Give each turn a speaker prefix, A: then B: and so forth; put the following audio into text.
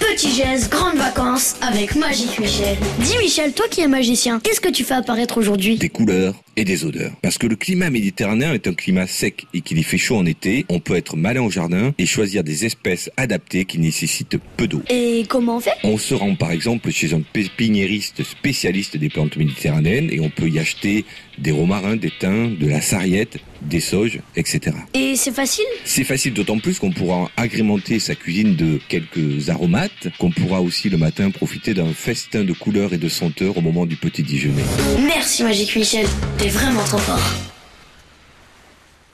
A: Petit geste, grandes vacances avec Magique Michel. Dis Michel, toi qui es magicien, qu'est-ce que tu fais apparaître aujourd'hui
B: des couleurs et des odeurs. Parce que le climat méditerranéen est un climat sec et qu'il y fait chaud en été, on peut être malin au jardin et choisir des espèces adaptées qui nécessitent peu d'eau.
A: Et comment on fait
B: On se rend par exemple chez un pépiniériste spécialiste des plantes méditerranéennes et on peut y acheter des romarins, des thym, de la sarriette, des sauges, etc.
A: Et c'est facile
B: C'est facile d'autant plus qu'on pourra agrémenter sa cuisine de quelques aromates, qu'on pourra aussi le matin profiter d'un festin de couleurs et de senteurs au moment du petit déjeuner.
A: Merci Magique Michel, t'es vraiment trop fort.